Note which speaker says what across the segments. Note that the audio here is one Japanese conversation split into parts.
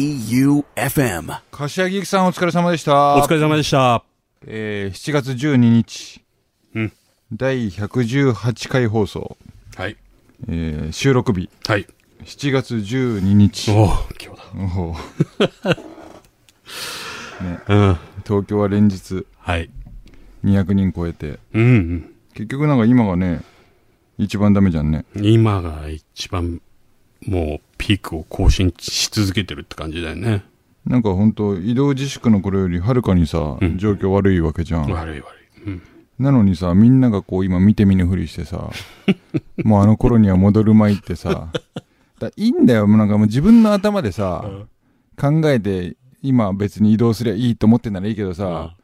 Speaker 1: J-O-E-U-F-M
Speaker 2: 柏木由紀さんお疲れ様でした。
Speaker 3: お疲れ様でした。
Speaker 2: えー、7月12日。
Speaker 3: うん
Speaker 2: 第118回放送。
Speaker 3: はい。
Speaker 2: えー、収録日。
Speaker 3: はい。
Speaker 2: 7月12日。
Speaker 3: おお、今日
Speaker 2: おー
Speaker 3: だ。うん。
Speaker 2: 東京は連日
Speaker 3: はい。
Speaker 2: 200人超えて。
Speaker 3: うん、
Speaker 2: 結局なんか今がね、一番ダメじゃんね。
Speaker 3: うん。今が一番、もう、ピークを更新し続けてるって感じだよね。
Speaker 2: なんか本当移動自粛の頃よりはるかにさ、
Speaker 3: うん
Speaker 2: 状況悪いわけじゃ
Speaker 3: 悪
Speaker 2: ん。
Speaker 3: い悪い。うん。
Speaker 2: なのにさ、みんながこう今見て見ぬふりして さ、もうあの頃には戻るまいってさ、だいいんだよ、もうなんかもう自分の頭でさ、考えて、今別に移動すりゃいいと思ってんならいいけどさ、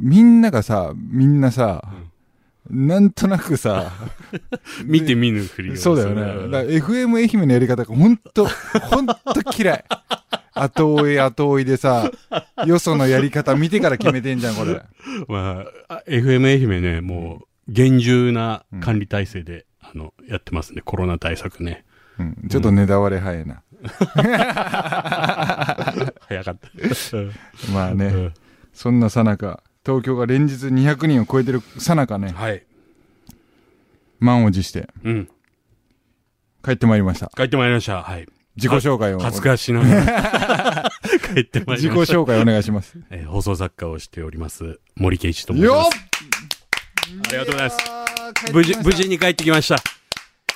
Speaker 2: みんながさ、みんなさ、なんとなくさ、
Speaker 3: 見て見ぬふりをす
Speaker 2: そう
Speaker 3: る
Speaker 2: だよね。だから FM 愛媛のやり方がほんと、ほんと嫌 い。後追い後追いでさ、よそのやり方見てから決めてんじゃん、これ。
Speaker 3: まあ、あ FM 愛媛ね、もう、厳重な管理体制で、あの、やってますね。コロナ対策ね。
Speaker 2: うん、ちょっとねだわれ早い な。
Speaker 3: 早かった。
Speaker 2: まあね。
Speaker 3: うん
Speaker 2: そんなさなか、東京が連日200人を超えてるさなかね、
Speaker 3: はい。
Speaker 2: 満を持して
Speaker 3: うん。
Speaker 2: 帰ってまいりました。
Speaker 3: 帰ってまいりました。はい。
Speaker 2: 自己紹介を。
Speaker 3: 恥ずかしながら。 帰ってまいり
Speaker 2: 自己
Speaker 3: ました。
Speaker 2: 紹介お願いします。
Speaker 3: えー放送作家をしております、森圭一と申し
Speaker 2: よ
Speaker 3: ま
Speaker 2: っ
Speaker 3: す。ありがとうございます。無事、無事に帰ってきました。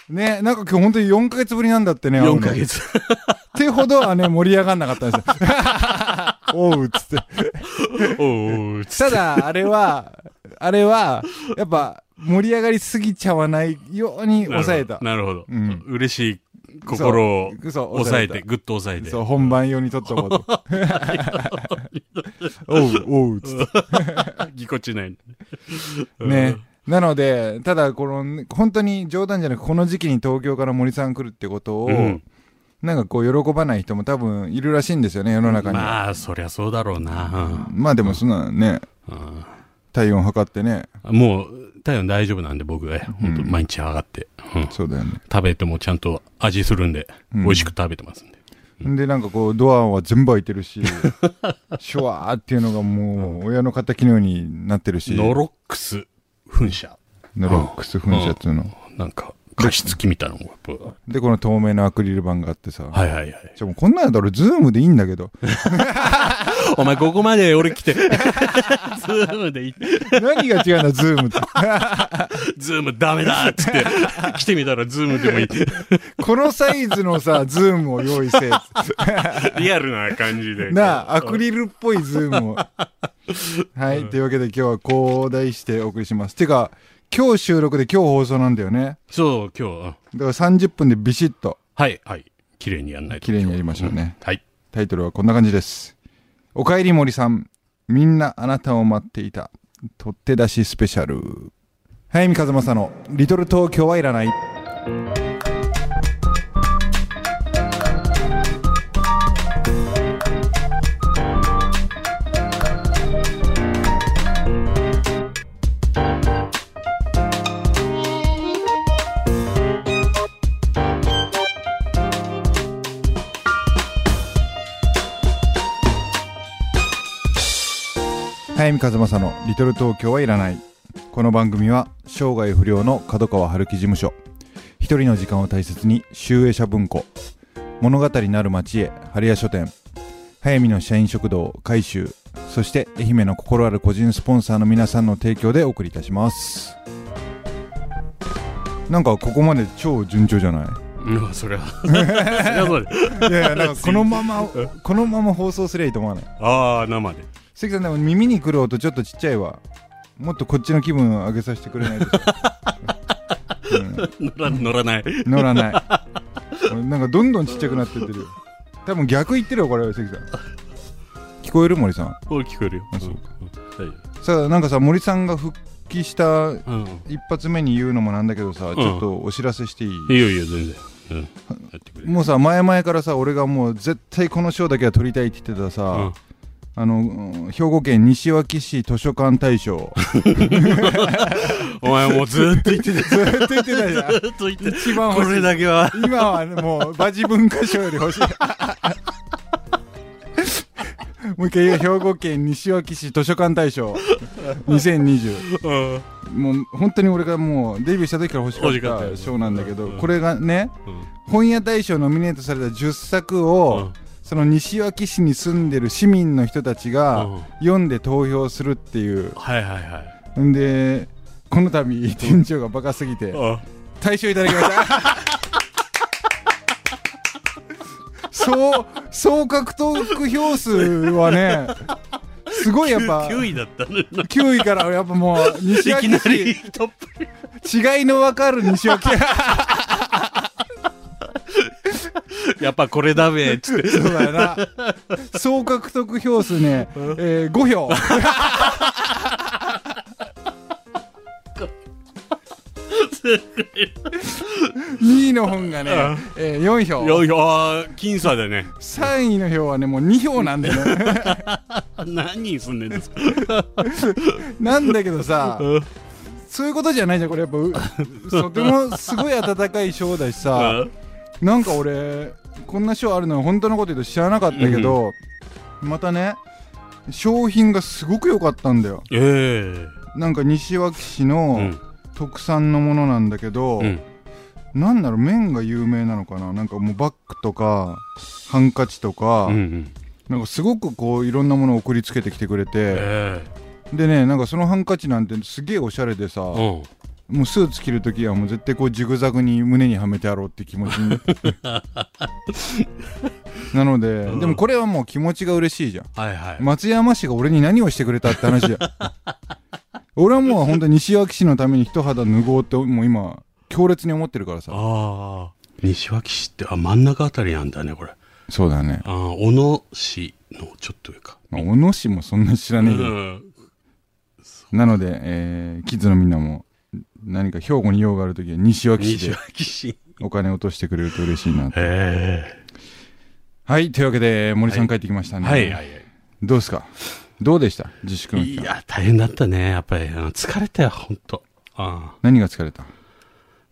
Speaker 2: ね、なんか今日本当に4ヶ月ぶりなんだってね、
Speaker 3: 4
Speaker 2: 会
Speaker 3: ヶ
Speaker 2: うの
Speaker 3: 月。
Speaker 2: ってほどはね、盛り上がんなかったんです よ。おう、つって。
Speaker 3: おー、つ
Speaker 2: ただ、あれは、あれは、やっぱ、盛り上がりすぎちゃわないように抑えた。
Speaker 3: なるほど。
Speaker 2: うん
Speaker 3: 嬉しい心を
Speaker 2: そうそう
Speaker 3: 抑え
Speaker 2: 抑え
Speaker 3: て、
Speaker 2: た
Speaker 3: ぐっと抑えて。
Speaker 2: そう、本番用に撮っとこう と。おう、おう、つって。
Speaker 3: ぎこちない。
Speaker 2: ね。なので、ただ、この、本当に冗談じゃなく、この時期に東京から森さん来るってことを、
Speaker 3: うん
Speaker 2: なんかこう、喜ばない人も多分いるらしいんですよね、世の中に。まあ、
Speaker 3: まあ、そりゃそうだろうな。
Speaker 2: でもそんなのね、
Speaker 3: うん
Speaker 2: 体温測ってね、
Speaker 3: うんもう、体温大丈夫なんで僕は、本当毎日上がって、うん
Speaker 2: そうだよね。
Speaker 3: 食べてもちゃんと味するんで、
Speaker 2: うん
Speaker 3: 美味しく食べてますんで。
Speaker 2: で、なんかこう、ドアは全部開いて るし、シュワーっていうのがもう、親の敵のようになってるし、
Speaker 3: ノロックス噴射。
Speaker 2: ノロックス噴射っていうの。
Speaker 3: なんか、加湿器みたいなのもやっぱ
Speaker 2: で、この透明のアクリル板があってさ、
Speaker 3: はいはいはい。
Speaker 2: ちょもうこんなんだろ、ズームでいいんだけど、
Speaker 3: お前ここまで俺来て、ズームでいい、
Speaker 2: 何が違うんだ、ズームって。
Speaker 3: ズームダメだっつって、来てみたらズームでもいい。
Speaker 2: このサイズのさ、ズームを用意せえっつって。
Speaker 3: リアルな感じで。
Speaker 2: なあ、アクリルっぽいズームを。はい、というわけで今日はこう題してお送りします。てか、今日収録で今日放送なんだよね。
Speaker 3: そう、今日は、
Speaker 2: だから30分でビシッと
Speaker 3: はい、はい。綺麗にやんないと。
Speaker 2: 綺麗にやりましょうね。
Speaker 3: はい。
Speaker 2: タイトルはこんな感じです。おかえり森さん、みんなあなたを待っていた、取って出しスペシャル。はい、三風正の、リトル東京はいらない。早見和正の「リトル東京はいらない」この番組は生涯不良の角川春樹事務所一人の時間を大切に集英社文庫物語なる町へ春屋書店早見の社員食堂改修そして愛媛の心ある個人スポンサーの皆さんの提供でお送りいたしますなんかここまで超順調じゃない
Speaker 3: うん、それは。それはそうで。
Speaker 2: いやいやなんかこのままこのまま放送すりゃいいと思わない
Speaker 3: ああ、生で。
Speaker 2: 関さんでも耳に来る音ちょっとちっちゃいわもっとこっちの気分上げさせてくれないと
Speaker 3: 乗ら乗らない。
Speaker 2: 乗らない俺なんかどんどんちっちゃくなってってるよ多分逆言ってるよこれ関さん聞こえる森さん
Speaker 3: お聞こえるよ。
Speaker 2: あそうか
Speaker 3: うん。大丈
Speaker 2: さあなんかさ森さんが復帰した
Speaker 3: 夫うん。
Speaker 2: 一発目に言うのもなんだけどさ、ちょっとお知らせしていい
Speaker 3: いいよいいよ、全然。うん。やってくれ。
Speaker 2: もうさ前々からさ俺がもう絶対この賞だけは取りたいって言ってたさ、
Speaker 3: うん
Speaker 2: あのうん兵庫県西脇市図書館 大賞
Speaker 3: お前もうずーっと言ってた。ず
Speaker 2: ずっと言ってたじゃん
Speaker 3: ーっと言ってた。
Speaker 2: 一 番
Speaker 3: こ
Speaker 2: 欲し
Speaker 3: れ
Speaker 2: い
Speaker 3: だけは。
Speaker 2: 今はねもうバジ文化賞より欲しいもう一回言う兵庫県西脇市図書館大賞2020
Speaker 3: うん。
Speaker 2: もう本当に俺がもうデビューした時から欲し
Speaker 3: 欲しか
Speaker 2: か
Speaker 3: っ
Speaker 2: った
Speaker 3: よね
Speaker 2: た賞なんだけど、
Speaker 3: うん
Speaker 2: これがね本屋大賞ノミネートされた10作を、
Speaker 3: うん
Speaker 2: その西脇市に住んでる市民の人たちが、
Speaker 3: うん
Speaker 2: 読んで投票するっていう
Speaker 3: はいはいはい。
Speaker 2: んでこの度店長がバカすぎて
Speaker 3: うん
Speaker 2: 大賞いただきました そう総獲得票数はねすごいやっぱ
Speaker 3: 9位だったのにな。
Speaker 2: 9位からやっぱもう西
Speaker 3: いき
Speaker 2: 脇
Speaker 3: なり
Speaker 2: 市
Speaker 3: トップ
Speaker 2: 違いの分かる西脇
Speaker 3: やっぱこれだべ、つって。
Speaker 2: そうだよな総獲得票数ね、えー、5票2位の本がね、えー、4票
Speaker 3: いやいや、僅差だね。
Speaker 2: 3位の票はねもう2票なんだよね
Speaker 3: あ何人住んでんですか
Speaker 2: なんだけどさ
Speaker 3: うん
Speaker 2: そういうことじゃないじゃんこれやっぱうとてもすごい温かい賞だしさ
Speaker 3: あ
Speaker 2: なんか俺こんな賞あるの本当のこと言うと知らなかったけど、またね商品がすごく良かったんだよ
Speaker 3: ええ。
Speaker 2: なんか西脇市
Speaker 3: う
Speaker 2: の
Speaker 3: ん
Speaker 2: 特産のものなんだけど、
Speaker 3: うん。
Speaker 2: なんだろう麺が有名なのかななんかもうバッグとかハンカチとか、
Speaker 3: うんうん。
Speaker 2: なんかすごくこういろんなものを送りつけてきてくれて、
Speaker 3: え
Speaker 2: でねなんかそのハンカチなんてすげえおしゃれでさ、
Speaker 3: え。うん。
Speaker 2: もうスーツ着るときはもう絶対こうジグザグに胸にはめてやろうって気持ちに なので、
Speaker 3: うん
Speaker 2: でもこれはもう気持ちが嬉しいじゃん
Speaker 3: はいはい。
Speaker 2: 松山市が俺に何をしてくれたって話じゃん 俺はもう本当に西脇市のために一肌脱ごうってもう今強烈に思ってるからさ
Speaker 3: ああ。西脇市って、あ、真ん中あたりなんだね、これ。あ
Speaker 2: そうだね、
Speaker 3: あ、小野市のちょっと上か。
Speaker 2: まあ、小野市もそんな知ら
Speaker 3: う
Speaker 2: ねえけど、
Speaker 3: ん。
Speaker 2: なので、えーキッズのみんなも何か兵庫に用があるときは西脇市
Speaker 3: 西
Speaker 2: で
Speaker 3: 脇市。
Speaker 2: お金落としてくれると嬉しいなと
Speaker 3: え
Speaker 2: はいというわけで森さん帰ってきました
Speaker 3: え。
Speaker 2: ね、
Speaker 3: はいはいはい。
Speaker 2: どうですかどうでした自粛の
Speaker 3: い
Speaker 2: 期間。
Speaker 3: や、大変だったね。やっぱり、あの疲れたよ、ほんと。あ
Speaker 2: 何が疲れた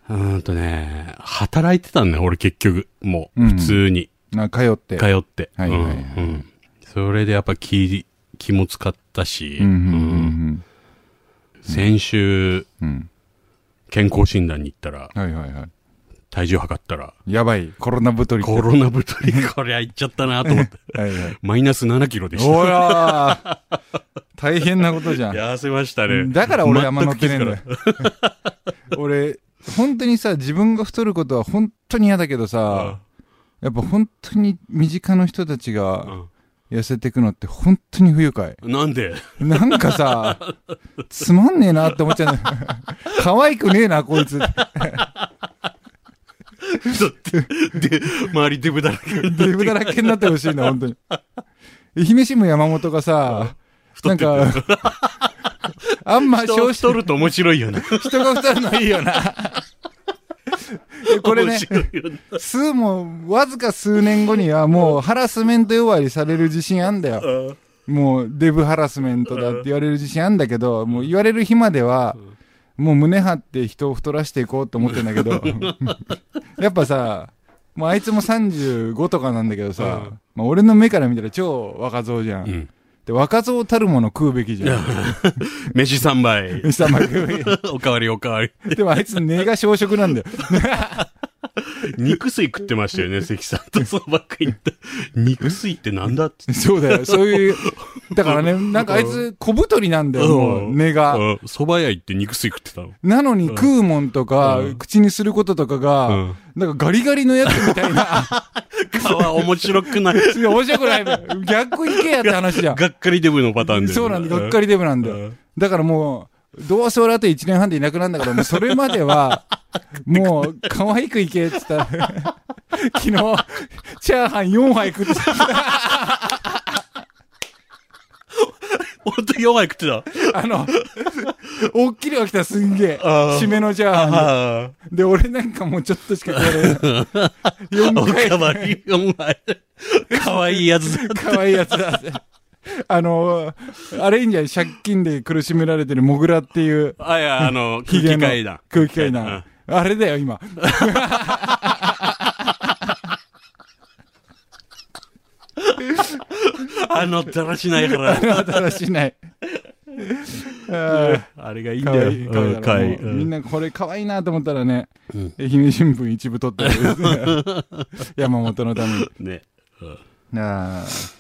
Speaker 3: あ。うーんとね、働いてたんだよ、俺結局。もう、
Speaker 2: うん
Speaker 3: 普通に、
Speaker 2: な通って。
Speaker 3: 通って。
Speaker 2: はいはい
Speaker 3: うんう
Speaker 2: はい
Speaker 3: んそれでやっぱ気、気も使ったし、
Speaker 2: うんうん
Speaker 3: うん先週、
Speaker 2: うんうん。うん。
Speaker 3: 健康診断に行ったら、
Speaker 2: はいはいは
Speaker 3: 体重測ったら、
Speaker 2: い。やばい。コロナ太り。
Speaker 3: コロナ太り、こりゃいっちゃったなと思 って。
Speaker 2: はいはい。
Speaker 3: マイナス7キロでした。
Speaker 2: おらー大変なことじゃん。
Speaker 3: 痩せましたね。
Speaker 2: だから俺山乗ってねえんだよ
Speaker 3: 全く。
Speaker 2: 俺、本当にさ、自分が太ることは本当に嫌だけど
Speaker 3: 気づ
Speaker 2: さ
Speaker 3: か、
Speaker 2: やっぱ本当に身近の人たち
Speaker 3: な
Speaker 2: が
Speaker 3: い
Speaker 2: 痩せてくのって本当に不愉快。
Speaker 3: うんなんで
Speaker 2: なんかさ、つまんねえなって思っちゃう。可愛くねえな、こいつ。
Speaker 3: で、周りデブだらけ。
Speaker 2: デブだらけになってほしいな、本当に。愛媛新聞山本がさ、なんか、あんま
Speaker 3: 人
Speaker 2: 少
Speaker 3: を
Speaker 2: 子
Speaker 3: 太ると面白いよね。
Speaker 2: 人が太るのいい よな。でこれね
Speaker 3: 面、白いよね
Speaker 2: 数も、わずか数年後にはもうハラスメント弱りされる自信あんだよ。
Speaker 3: うん
Speaker 2: もうデブハラスメントだって言われる自信あんだけど、もう言われる日までは、もう胸張って人を太らしていこうと思ってんだけど、 やっぱさ、もうあいつも35とかなんだけどさ、
Speaker 3: う
Speaker 2: まあ、俺の目から見たら超若造じゃん。
Speaker 3: うん
Speaker 2: で、若造たるもの食うべきじゃん。
Speaker 3: 飯3杯。
Speaker 2: 下巻くべ
Speaker 3: おかわりおかわり。
Speaker 2: きでもあいつ根が小食なんだよ。
Speaker 3: 肉水食ってましたよ ね、関さんとそのばっかり言った。肉水ってなんだって。
Speaker 2: そうだよ。そういう、だからね、なんかあいつ小太りなんだよ、もう根が。
Speaker 3: うん蕎麦屋行って肉水食ってた の。
Speaker 2: なのに食うもんとか、
Speaker 3: うん
Speaker 2: 口にすることとかが、
Speaker 3: うん
Speaker 2: なんかガリガリのやつみたいな。
Speaker 3: 顔面白くな い。
Speaker 2: いや面白くないのよ逆行けやって 話じゃん。
Speaker 3: がっかりデブのパターンで。
Speaker 2: そうなんだ、がっかりデブなんだ
Speaker 3: う
Speaker 2: よ
Speaker 3: ん。
Speaker 2: だからもう、どうせ俺あと1年半でいなくなるんだから、もうそれまでは、もう、可愛くいけって言った ら、昨日、チャーハン4杯食って
Speaker 3: 本当に弱い食ってた。
Speaker 2: あの、おっきりは来たすんげえ。
Speaker 3: あー
Speaker 2: 締めのチャーハン
Speaker 3: あ
Speaker 2: で。で、俺なんかもうちょっとしか 食われない。
Speaker 3: あ。お
Speaker 2: 4
Speaker 3: か
Speaker 2: 回、
Speaker 3: わりお前。かわいいやつだ。
Speaker 2: 可愛いやつだって。あのー、あれいいんじゃない借金で苦しめられてるモグラっていう
Speaker 3: あ、い や、あの、
Speaker 2: ヒ
Speaker 3: 空
Speaker 2: ゲ
Speaker 3: 気
Speaker 2: の
Speaker 3: 階段。
Speaker 2: 空気階段。あれだよ、今。
Speaker 3: あの、だらしないから。
Speaker 2: 新しいない。あ
Speaker 3: あれがいいん
Speaker 2: ーか
Speaker 3: だ
Speaker 2: わ
Speaker 3: よ。
Speaker 2: いい、かわい
Speaker 3: うんかわいい
Speaker 2: いだろうもうみんなこれかわいいなと思ったらね、
Speaker 3: うん
Speaker 2: 愛媛新聞一部取ってる、 山本のために。
Speaker 3: うんね。
Speaker 2: あー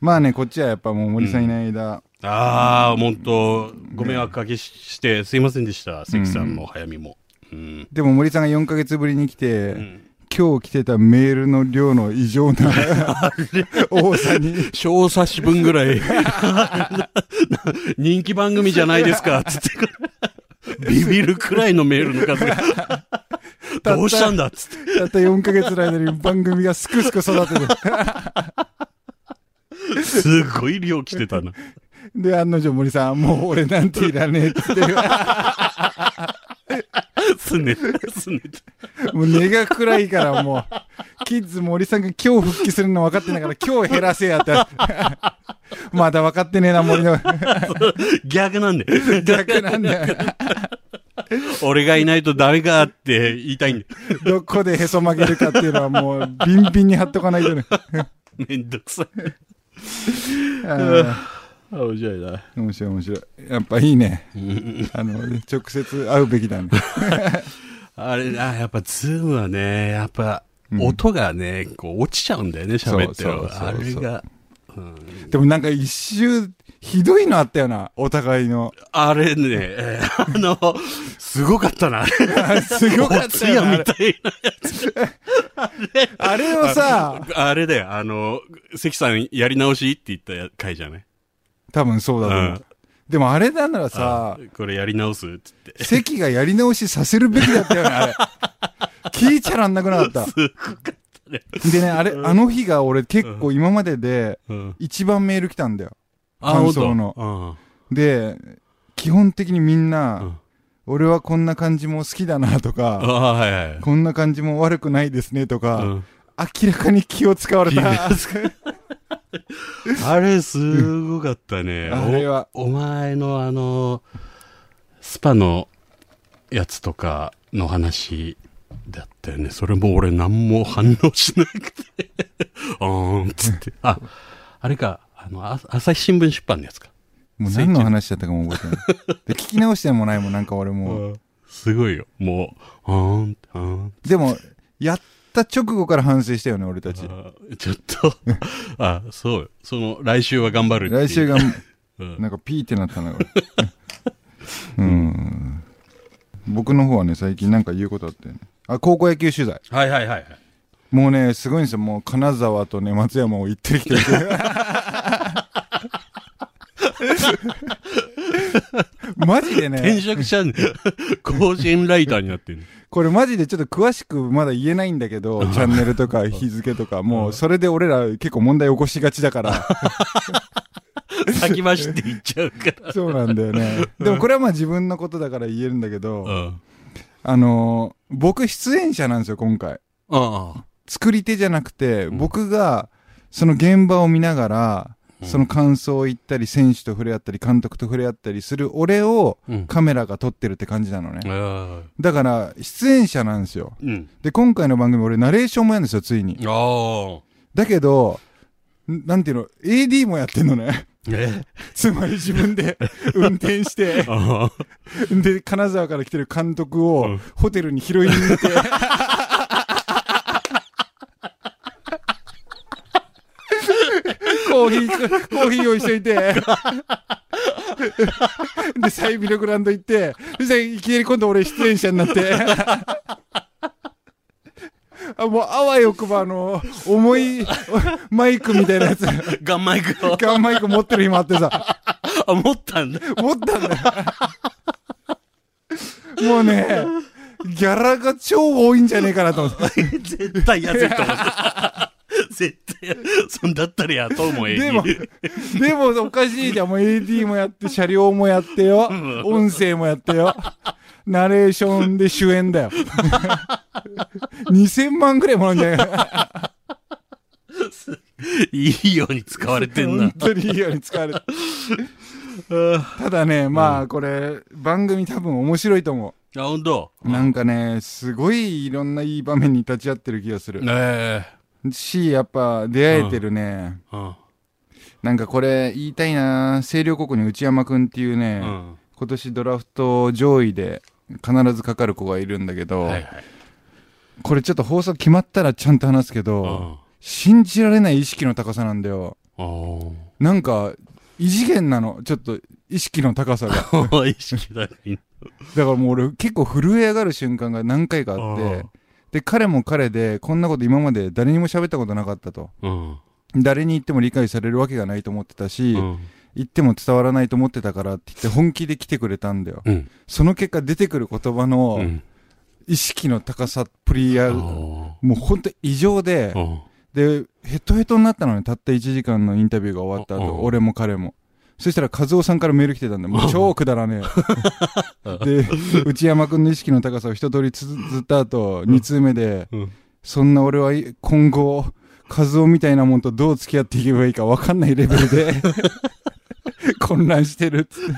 Speaker 2: まあね、こっちはやっぱもう森さんいない間、
Speaker 3: ああ、本当ご迷惑かけしして、すいませんでした。関さんも、早見も。うん。
Speaker 2: でも森さんが4ヶ月ぶりに来て、
Speaker 3: うん
Speaker 2: 今日来てたメールの量の異 常な多さに。
Speaker 3: 小冊子分ぐらい。 人気番組じゃないですか、つって。ビビるくらいのメールの数が。
Speaker 2: た
Speaker 3: どうしたんだっつって。
Speaker 2: たった4ヶ月の間に番組がすくすく育てて。
Speaker 3: すごい量来てたな。
Speaker 2: で、案の定森さん、もう俺なんていらねえって言って。
Speaker 3: すねて、すねて。
Speaker 2: もう根が暗いからもう、キッズ森さんが今日復帰するの分かってんだから今日減らせやって。まだ分かってねえな、森 の。
Speaker 3: 逆なんで。
Speaker 2: 逆なんだよ。
Speaker 3: 俺がいないとダメかって言いたいんで。
Speaker 2: どこでへそ曲げるかっていうのはもう、ビンビンに貼っとかないとね。
Speaker 3: めんどくさい。
Speaker 2: あ
Speaker 3: あ、面白いな。
Speaker 2: ー面白い面白い。やっぱいいね。あの、直接会うべきだね。
Speaker 3: あれ、あやっぱズームはね、やっぱ、音がね、こう落ちちゃうんだよね、喋ってる
Speaker 2: そうそうそうそう
Speaker 3: あれが、うん
Speaker 2: でもなんか一周、ひどいのあったよな、お互いの。
Speaker 3: あれね、えーあの、すごかったな、あれ。
Speaker 2: あすごかったよ
Speaker 3: お通夜
Speaker 2: な
Speaker 3: み。たいな。
Speaker 2: あれをさ、
Speaker 3: あれだよ、あの、関さんやり直しって言ったや回じゃない
Speaker 2: 多分そうだと思
Speaker 3: う。
Speaker 2: うんでもあれなんならさ、
Speaker 3: これやり直すっつって。
Speaker 2: 席がやり直しさせるべきだったよね、あれ。聞いちゃらんなくなかった。でね、あれ、あの日が俺結構今までで
Speaker 3: うん。
Speaker 2: 一番メール来たんだよ。
Speaker 3: あ
Speaker 2: 感想の
Speaker 3: 本
Speaker 2: で、基本的にみ
Speaker 3: 当うん。
Speaker 2: ん
Speaker 3: う
Speaker 2: な、
Speaker 3: ん
Speaker 2: 俺はこんな感じも好きだなと
Speaker 3: あ
Speaker 2: か、
Speaker 3: あ、はいはい。
Speaker 2: こんな感じも悪くないですねと
Speaker 3: う
Speaker 2: か、
Speaker 3: ん
Speaker 2: 明らかに気を使われた。
Speaker 3: あれ、すごかったね。
Speaker 2: あれは、
Speaker 3: お前のあの、スパのやつとかの話だったよね。それも俺何も反応しなくて。あーん、つって。あ、あれか、あの、あ朝日新聞出版のやつか。
Speaker 2: もう何の話だったかも覚えてない。で、聞き直してもないもん、なんか俺もう。
Speaker 3: すごいよ。もう、あーん、あーん。
Speaker 2: でも、やった直後から反省したよね、俺た
Speaker 3: あ
Speaker 2: ち。
Speaker 3: ーちょっ と、あ、そうよ。その、来週は頑張るっていう
Speaker 2: 来週が、
Speaker 3: うん
Speaker 2: なんかピーってなったな、これ。 うん。僕の方はね、最近なんか言うことあって、ね、あ、高校野球取材。
Speaker 3: はいはいはいはい。
Speaker 2: もうね、すごいんですよ。もう金沢とね、松山を行っ てきてる。マジで
Speaker 3: 転
Speaker 2: ね、
Speaker 3: 職しちゃうんだよ甲子園ライターになってる。
Speaker 2: これマジでちょっと詳しくまだ言えないんだ けど、チャンネルとか日付とか、もうそれで俺ら結構問題起こしがちだから。
Speaker 3: 先走って言っちゃうから。
Speaker 2: そうなんだよね。でもこれはまあ自分のことだから言えるんだけど、
Speaker 3: うん。
Speaker 2: あのー僕出演者なんですよ、今回。
Speaker 3: ああ。
Speaker 2: 作り手じゃなくて、
Speaker 3: ん
Speaker 2: 僕がその現場を見ながら、
Speaker 3: うん
Speaker 2: その感想を言ったり、選手と触れ合ったり、監督と触れ合ったりする俺を
Speaker 3: うん。
Speaker 2: カメラが撮ってるって感じなのね。
Speaker 3: ああ。
Speaker 2: だから、出演者なんですよ。
Speaker 3: うん。
Speaker 2: で、今回の番組俺ナレーションもやるんですよ、ついに。
Speaker 3: ああ。
Speaker 2: だけど、んなんていうの、AD もやってんのね。
Speaker 3: え
Speaker 2: つまり自分で運転して。
Speaker 3: ああ。
Speaker 2: で、金沢から来てる監督
Speaker 3: う
Speaker 2: を
Speaker 3: ん
Speaker 2: ホテルに拾いに行って、コーヒー、コーヒー用意しといて、で、サイビのグラウンド行って、そしたらいきなり今度俺出演者になって、あもうあわよくばあの、重いマイクみたいなやつ、
Speaker 3: ガンマイクを。
Speaker 2: ガンマイク持ってる暇あってさ、
Speaker 3: あ、持ったんだ。
Speaker 2: 思ったんだよ。もうね、ギャラが超多いんじゃねえかなと思って。
Speaker 3: 絶対やぜと思った。絶対や、そんだったらやとうもん、
Speaker 2: でも、でもおかしいじゃん。もう AD もやって、車両もやってよ。音声もやってよ。ナレーションで主演だよ。2000万くらいもらうんじゃないかな。
Speaker 3: いいように使われてんな
Speaker 2: 本。当にいいように使われて。ただね、まあこれ、番組多分面白いと思
Speaker 3: あ、ほんと
Speaker 2: う。なんかね、すごいいろんないい場面に立ち会ってる気がする。
Speaker 3: え
Speaker 2: し、やっぱ出会えてるね。
Speaker 3: えうん
Speaker 2: なんかこれ言いたいな星稜高校に内山くんっていうね、
Speaker 3: うん。
Speaker 2: 今年ドラフト上位で必ずかかる子がいるんだけど、
Speaker 3: はいはい。
Speaker 2: これちょっと放送決まったらちゃんと話すけ
Speaker 3: う
Speaker 2: ど、
Speaker 3: ん。あ
Speaker 2: 信じられない意識の高さなんだよ。
Speaker 3: あ
Speaker 2: なんか、異次元なの。ちょっと、意識の高さ が。だか
Speaker 3: 意識だね。
Speaker 2: らもう俺結構震え上がる瞬間が何回かあって、で、彼も彼で、こんなこと今まで誰にも喋ったことなかったと。
Speaker 3: うん。
Speaker 2: 誰に言っても理解されるわけがないと思ってたし、
Speaker 3: うん。
Speaker 2: 言っても伝わらないと思ってたからって言って本気で来てくれたんだよ。
Speaker 3: うん。
Speaker 2: その結果出てくる言葉
Speaker 3: う
Speaker 2: の
Speaker 3: ん。
Speaker 2: 意識の高さっぷりや、
Speaker 3: あ
Speaker 2: もうほんと異常で、
Speaker 3: あうん
Speaker 2: で、ヘトヘトになったのね、たった1時間のインタビューが終わった
Speaker 3: う
Speaker 2: 後、
Speaker 3: ん
Speaker 2: 俺も彼も。そしたら、和夫さんからメール来てたんだ。もう超くだらねえ。で、内山君の意識の高さを一通りつづった後、2通目で、
Speaker 3: うん
Speaker 2: そんな俺は今後、和夫みたいなもんとどう付き合っていけばいいか分かんないレベ ルで、混乱してるっつっ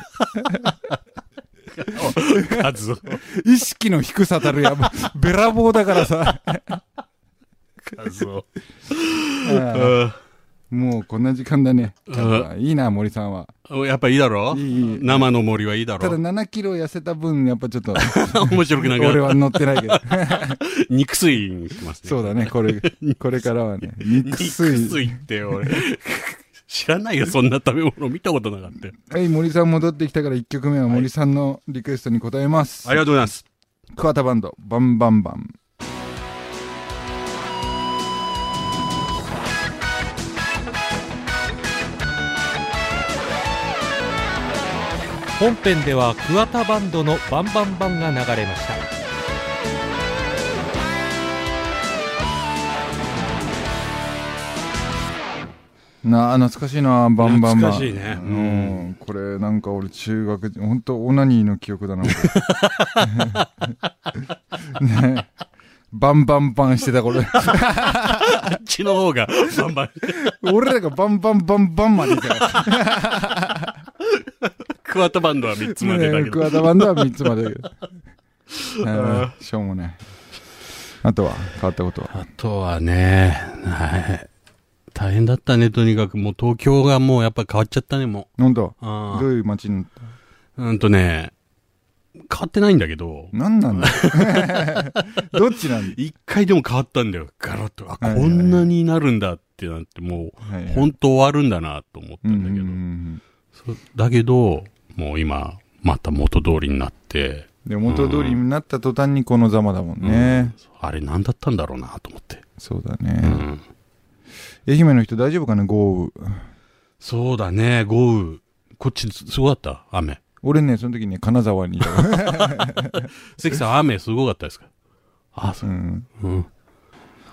Speaker 3: 数を。
Speaker 2: て。意識の低さたるや、べらぼうだからさ。
Speaker 3: 数を。
Speaker 2: うんもうこんな時間だね。いいな、森さんは。
Speaker 3: うんやっぱいいだろ
Speaker 2: いいいい
Speaker 3: 生の森はいいだ
Speaker 2: ただ
Speaker 3: ろ
Speaker 2: 7キロ痩せた分、やっぱちょっと、
Speaker 3: 面白くな
Speaker 2: 俺
Speaker 3: く
Speaker 2: は乗ってないけど。
Speaker 3: 肉水にしますね。
Speaker 2: そうだね、これ、これからはね。肉
Speaker 3: 肉
Speaker 2: 水。
Speaker 3: 水って俺。知らないよ、そんな食べ物見たことなかったよ。
Speaker 2: はい、森さん戻ってきたから1曲目は森さんのリクエストに答えます。
Speaker 3: ありがとうございます。
Speaker 2: 桑田バンド、バンバンバン。
Speaker 1: 本編では桑田バンドの「バンバンバン」が流れました
Speaker 2: なあ、懐かしいな、バンバンバン。
Speaker 3: 懐かしいね
Speaker 2: うん。これ、なんか俺、中学、本当オナニーの記憶 だな。これねバンバンバンしてた、こ れ。
Speaker 3: あっちの方が、バンバン。
Speaker 2: 俺らがバンバンバンバンまでいたから。
Speaker 3: クワタバンドは3つまでだけど。
Speaker 2: 桑田バンドは3つまでだけど うんしょうもないあとは変わったことは
Speaker 3: あとはね、はい。大変だったね、とにかく。もう東京がもうやっぱ変わっちゃったね、も
Speaker 2: 本当
Speaker 3: う。あ
Speaker 2: どういう街になった
Speaker 3: うんとね、変わってないんだけど、
Speaker 2: 何 なんだどっちなん
Speaker 3: 一回でも変わったんだよ、ガラッと。あ、
Speaker 2: はいはい
Speaker 3: こんなになるんだってなって、も
Speaker 2: だ、は
Speaker 3: う、
Speaker 2: い
Speaker 3: 本当終わるんだなと思った
Speaker 2: うんん
Speaker 3: だ
Speaker 2: う
Speaker 3: け
Speaker 2: んう
Speaker 3: ど。
Speaker 2: ん
Speaker 3: そだけど、もう今、また元通りになって、
Speaker 2: で元通りになった途端にこのざまだもんね、
Speaker 3: あれ何だったんだろうなと思って。
Speaker 2: そうだ
Speaker 3: う
Speaker 2: ね、
Speaker 3: ん。
Speaker 2: 愛媛の人大丈夫かな豪雨
Speaker 3: そうだね、豪雨。こっち、すごかった雨。
Speaker 2: 俺ねその時ね金沢にいたから
Speaker 3: 関さん、雨すごかったですかあ、 そうう。
Speaker 2: ん、
Speaker 3: うん。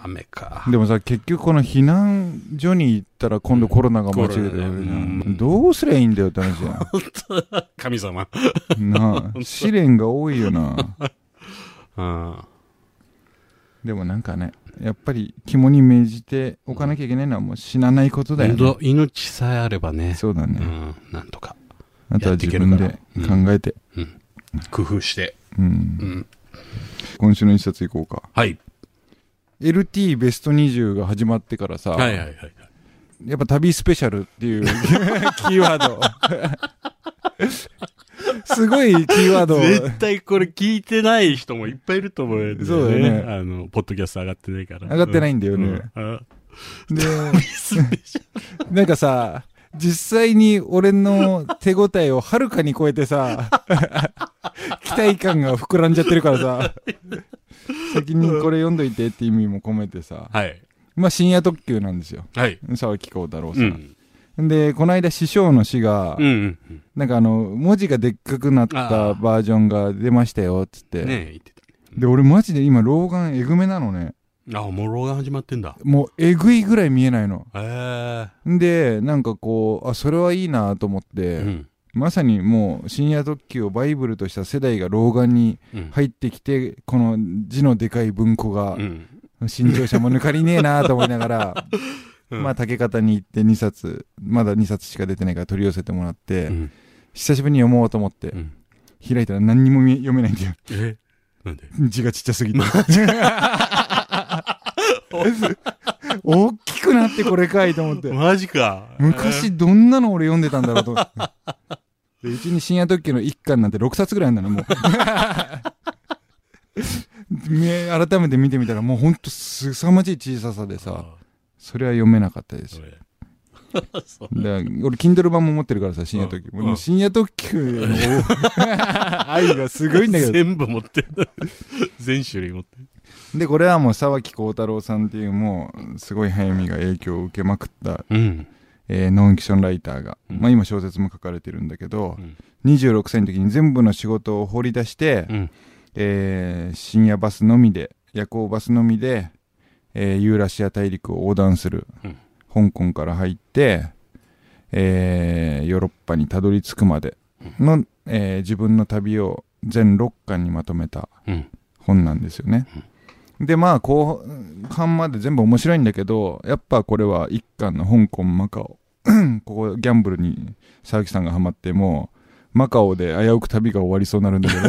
Speaker 3: 雨か。
Speaker 2: でもさ結局この避難所に行ったら今度コロナが間違えてるわけじゃ
Speaker 3: コロナねうん
Speaker 2: んどうすりゃいいんだよって話じゃん
Speaker 3: 神様。
Speaker 2: なあ試練が多いよな
Speaker 3: うん。
Speaker 2: でもなんかねやっぱり肝に銘じておかなきゃいけないのはもう死なないことだよ
Speaker 3: 本
Speaker 2: ね
Speaker 3: 当命さえあればね。
Speaker 2: そうだ
Speaker 3: う
Speaker 2: ね、
Speaker 3: ん。なんとか。
Speaker 2: あとは自分
Speaker 3: やっ
Speaker 2: で
Speaker 3: ていけるか
Speaker 2: 考えて、
Speaker 3: 工夫して。
Speaker 2: うん
Speaker 3: うん。
Speaker 2: 今週の一冊いこうか
Speaker 3: はい。
Speaker 2: LT ベスト20が始まってからさ、
Speaker 3: はいはいはいはい。
Speaker 2: やっぱ旅スペシャルっていう キーワード すごいキーワード
Speaker 3: 絶対これ聞いてない人もいっぱいいると思うよね。
Speaker 2: そうだよね
Speaker 3: あの、ポッドキャスト上がってないから。
Speaker 2: 上がってないんだよね
Speaker 3: うん。うん
Speaker 2: で
Speaker 3: スペシャ
Speaker 2: なんかさ、実際に俺の手応えをはるかに超えてさ、 期待感が膨らんじゃってるから さ、先にこれ読んどいてって意味も込めてさ
Speaker 3: ル、はい。
Speaker 2: まあ深夜特急なんですよ。
Speaker 3: はい。
Speaker 2: 沢木孝太郎さ。
Speaker 3: うんん。
Speaker 2: で、この間師匠の詩が、
Speaker 3: うんうんうん。
Speaker 2: なんかあの、文字がでっかくなったバージョンが出ましたよ、つっ
Speaker 3: ね
Speaker 2: て。
Speaker 3: え、言って
Speaker 2: で、俺マジで今老眼えぐめなのね。
Speaker 3: た。あ、もう老眼始まってんだ。
Speaker 2: もうえぐいぐらい見えないの。
Speaker 3: ええ。
Speaker 2: で、なんかこう、あ、それはいいなと思って、
Speaker 3: うん。
Speaker 2: まさにもう深夜特急をバイブルとした世代が老眼に
Speaker 3: うん。
Speaker 2: 入ってきて、この字のでかい文庫が
Speaker 3: う、ん。
Speaker 2: 新潮社も抜かりねえなと思いながら、
Speaker 3: うん
Speaker 2: まあ、竹方に行って2冊、まだ2冊しか出てないから取り寄せてもらって、
Speaker 3: うん
Speaker 2: 久しぶりに読もうと思って、
Speaker 3: うん
Speaker 2: 開いたら何にも見読めないんだよ。
Speaker 3: えなんで
Speaker 2: 字がちっちゃすぎて。大きくなってこれかいと思って。
Speaker 3: マジか。
Speaker 2: 昔どんなの俺読んでたんだ ろうと思って。でうちに深夜特急の一巻なんて6冊ぐらいあんだの、もう。 ね改めて見てみたらもうほんと凄まじい小ささで
Speaker 3: えー。
Speaker 2: さ、それは読めなかったです
Speaker 3: そ。れそう
Speaker 2: だから俺、Kindle 版も持ってるからさ、深夜特急。
Speaker 3: うん
Speaker 2: もう深夜特急への 愛がすごいんだけど。
Speaker 3: 全部持ってる。 全種類持ってる。
Speaker 2: で、これはもう沢木幸太郎さんっていうもう、すごい早見が影響を受けまくった、
Speaker 3: うん。
Speaker 2: えーノンフィクションライターが。
Speaker 3: うん
Speaker 2: まあ今小説も書かれてるんだけど
Speaker 3: う、ん
Speaker 2: 26歳の時に全部の仕事を放り出して、
Speaker 3: うん。
Speaker 2: えー深夜バスのみで、夜行バスのみで、えーユーラシア大陸を横断する。
Speaker 3: うん
Speaker 2: 香港から入って、えーヨーロッパにたどり着くまでの、えー自分の旅を全6巻にまとめた
Speaker 3: うん。
Speaker 2: 本なんですよね。で、まあ、後半まで全部面白いんだけど、やっぱこれは1巻の香港、マカオ。 ここ、ギャンブルに沢木さんがハマって、もう、マカオで危うく旅が終わりそうになるんだけど、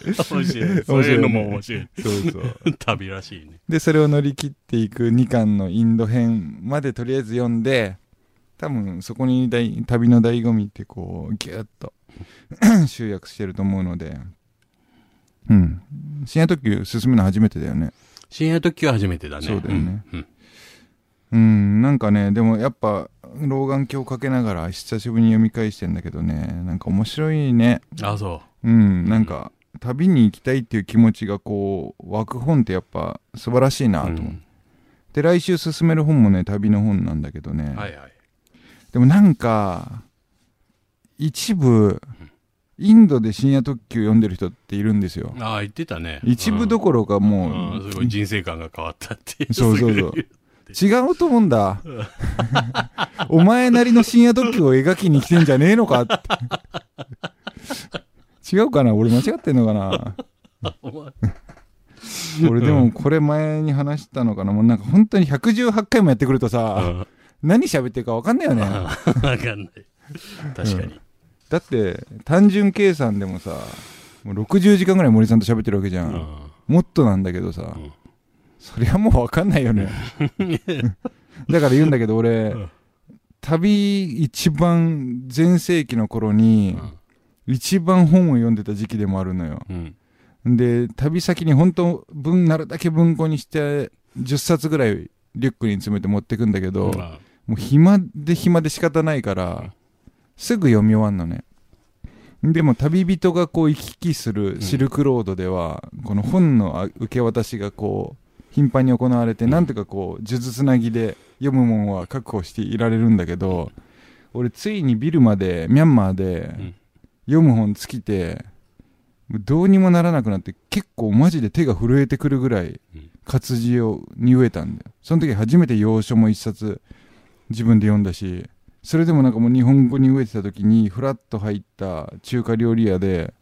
Speaker 3: 面白い。そういうのも面白い。
Speaker 2: そうそう。
Speaker 3: 旅らしいね。
Speaker 2: で、それを乗り切っていく2巻のインド編までとりあえず読んで、多分そこに大旅の醍醐味ってこう、ギュッと 集約してると思うので、うん。深夜特急進むの初めてだよね。
Speaker 3: 深夜特急は初めてだね。
Speaker 2: そうだよね
Speaker 3: うん。
Speaker 2: うん、なんかね、でもやっぱ、老眼鏡かけながら久しぶりに読み返してんだけどね、なんか面白いね。
Speaker 3: うんあ、そ
Speaker 2: うん、なんか、旅に行きたいっていう気持ちがこう、湧く本ってやっぱ素晴らしいな
Speaker 3: う。
Speaker 2: と思って。
Speaker 3: うん
Speaker 2: で来週進める本もね旅の本なんだけどね、
Speaker 3: はいはい。
Speaker 2: でもなんか一部インドで深夜特急読んでる人っているんですよ
Speaker 3: ああ、言ってたね。
Speaker 2: 一部どころか
Speaker 3: う
Speaker 2: も
Speaker 3: ん
Speaker 2: う、
Speaker 3: うんすごい人生観が変わったっていう。
Speaker 2: そうそうそう
Speaker 3: すぐ言
Speaker 2: 違うと思う んだお前なりの深夜特急を描きに来てんじゃねえのかって違うかな俺間違ってんのかな
Speaker 3: お前
Speaker 2: 俺でもこれ前に話したのかなもうなんか本当に118回もやってくるとさ、
Speaker 3: うん
Speaker 2: 何喋ってるか分かんないよね
Speaker 3: あーわかんない。確かに。
Speaker 2: だって単純計算でもさもう60時間ぐらい森さんと喋ってるわけじゃ、
Speaker 3: うんん
Speaker 2: もっとなんだけどさ、
Speaker 3: うん
Speaker 2: そりゃもう分かんない よねだから言うんだけど俺、
Speaker 3: うん
Speaker 2: 旅一番全盛期の頃に一番本を読んでた時期でもあるのよ
Speaker 3: うん。
Speaker 2: で旅先に本当文なるだけ文庫にして10冊ぐらいリュックに詰めて持ってくんだけど、
Speaker 3: うんまあ
Speaker 2: もう暇で暇で仕方ないから、すぐ読み終わんのね。でも旅人がこう行き来するシルクロードでは、この本のあ受け渡しがこう、頻繁に行われて、
Speaker 3: うん
Speaker 2: なんとかこう、数珠つなぎで読むもんは確保していられるんだけど、俺ついにビルマで、ミャンマーで
Speaker 3: うん、
Speaker 2: 読む本尽きて、もうどうにもならなくなって、結構マジで手が震えてくるぐらい
Speaker 3: うん、
Speaker 2: 活字を、に飢えたんだよ。その時初めて洋書も一冊、自分で読んだしそれでもなんかもう日本語に飢えてた時にフラッと入った中華料理屋で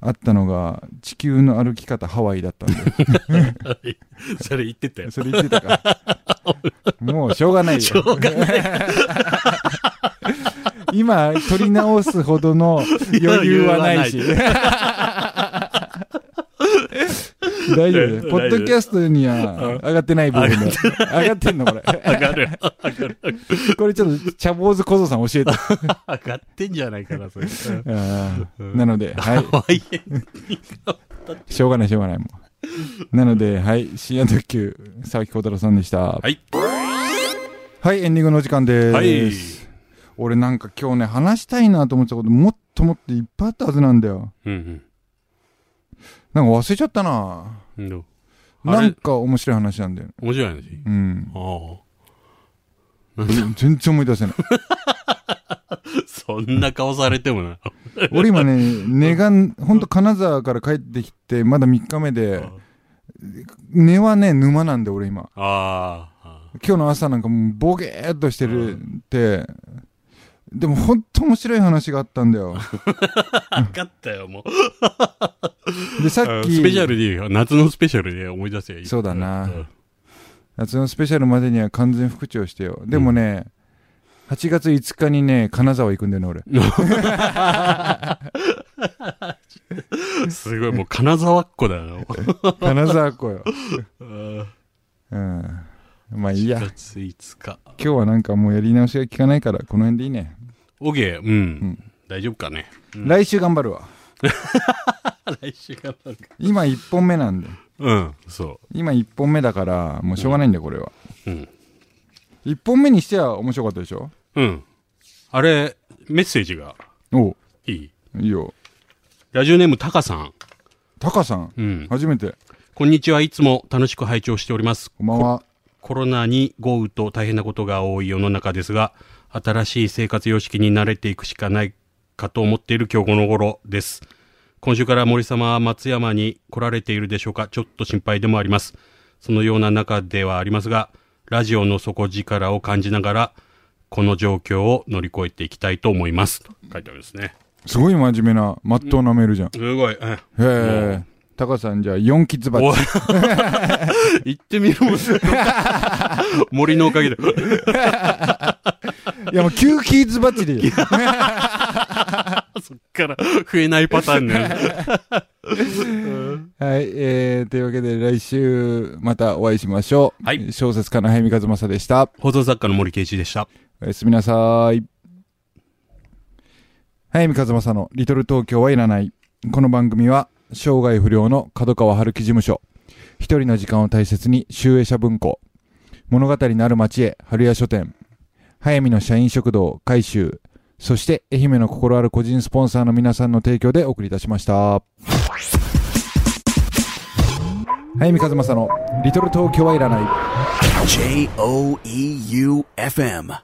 Speaker 2: あったのが「地球の歩き方ハワイ」だったんで
Speaker 3: それ言ってたよ。
Speaker 2: それ言ってた からもうしょうがないよ 今取り直すほどの 余裕はないし 大丈夫だよポッドキャストには上がってない部分で上がってんのこれ
Speaker 3: 上がる。上がる。
Speaker 2: これちょっと茶坊主小僧さん教えて
Speaker 3: 上がってんじゃないかな、それ。うん
Speaker 2: あーなので、はい。
Speaker 3: 可愛い。。
Speaker 2: しょうがない、しょうがない、もう。なので、はい。深夜特急、沢木幸太郎さんでした。はいはい、エンディングのお時間です。
Speaker 3: はい。
Speaker 2: 俺なんか今日ね、話したいなと思ってたこと、もっともっといっぱいあったはずなんだよ。
Speaker 3: うん
Speaker 2: なんか忘れちゃったな
Speaker 3: うん。どうあ
Speaker 2: なん
Speaker 3: れ、
Speaker 2: か面白い話なんだよ。
Speaker 3: 面白い話。
Speaker 2: うん。
Speaker 3: あ
Speaker 2: 全然思い出せない。
Speaker 3: あ。そんな顔されてもな。
Speaker 2: 俺今ね、寝が、ほんと金沢から帰ってきて、まだ3日目で、寝はね、沼なんで俺今。
Speaker 3: ああ。
Speaker 2: 今日の朝なんかもうボケーっとしてるって、でも本当面白い話があったんだよ。
Speaker 3: 分かったよ、もう。
Speaker 2: で、さっ
Speaker 3: あ
Speaker 2: き、
Speaker 3: スペシャルでいいよ。夏のスペシャルで思い出せばいい。
Speaker 2: そうだな
Speaker 3: うん
Speaker 2: 夏のスペシャルまでには完全復調してよでもね、8月5日にね金沢行くんだよね俺
Speaker 3: すごい、もう金沢っ子だよ。
Speaker 2: 金沢っ子 よ
Speaker 3: 8
Speaker 2: うんまあいいや今
Speaker 3: 月5日。
Speaker 2: 日はなんかもうやり直しが効かないからこの辺でいいね、
Speaker 3: オゲ、うん。
Speaker 2: ん
Speaker 3: 大丈夫かね。
Speaker 2: 来週頑張るわ
Speaker 3: 来週がなんか。
Speaker 2: 今1本目なんで
Speaker 3: うん、そ
Speaker 2: 今1本目だからもうしょうがないんだよこれは、
Speaker 3: う。うん。
Speaker 2: 1本目にしては面白かったでしょ
Speaker 3: うん。あれ、メッセージが
Speaker 2: おう
Speaker 3: いい
Speaker 2: いいよ
Speaker 3: ラジオネーム、タカさん。
Speaker 2: タカさん、
Speaker 3: うん。
Speaker 2: 初めて
Speaker 3: こんにちは。いつも楽しく拝聴しております。
Speaker 2: こんばんは
Speaker 3: コロナに豪雨と大変なことが多い世の中ですが、新しい生活様式に慣れていくしかないかと思っている今日この頃です。今週から森様は松山に来られているでしょうかちょっと心配でもあります。そのような中ではありますが、ラジオの底力を感じながら、この状況を乗り越えていきたいと思います。と書いてあるんですね。
Speaker 2: すごい真面目なまっとうなメールじゃん、
Speaker 3: すごい。うん
Speaker 2: へえタカさんじゃあ4キッ ズバッ
Speaker 3: お
Speaker 2: チ
Speaker 3: い言ってみろ。 森のおかげで。
Speaker 2: いやもう9キッズバッチでいいよ
Speaker 3: そっから増えないパターンね。
Speaker 2: はいえー、というわけで来週またお会いしましょう、
Speaker 3: はい
Speaker 2: 小説家の早見和正でした
Speaker 3: 放送作家の森圭一でした。
Speaker 2: おやすみなさい。早見和正のリトル東京はいらない。この番組は、生涯不良の角川春樹事務所。一人の時間を大切に、集英社文庫。物語のある町へ、春屋書店。早見の社員食堂、改修。そして、愛媛の心ある個人スポンサーの皆さんの提供でお送りいたしました。早見和正のリトル東京はいらない。
Speaker 4: J O E U F M.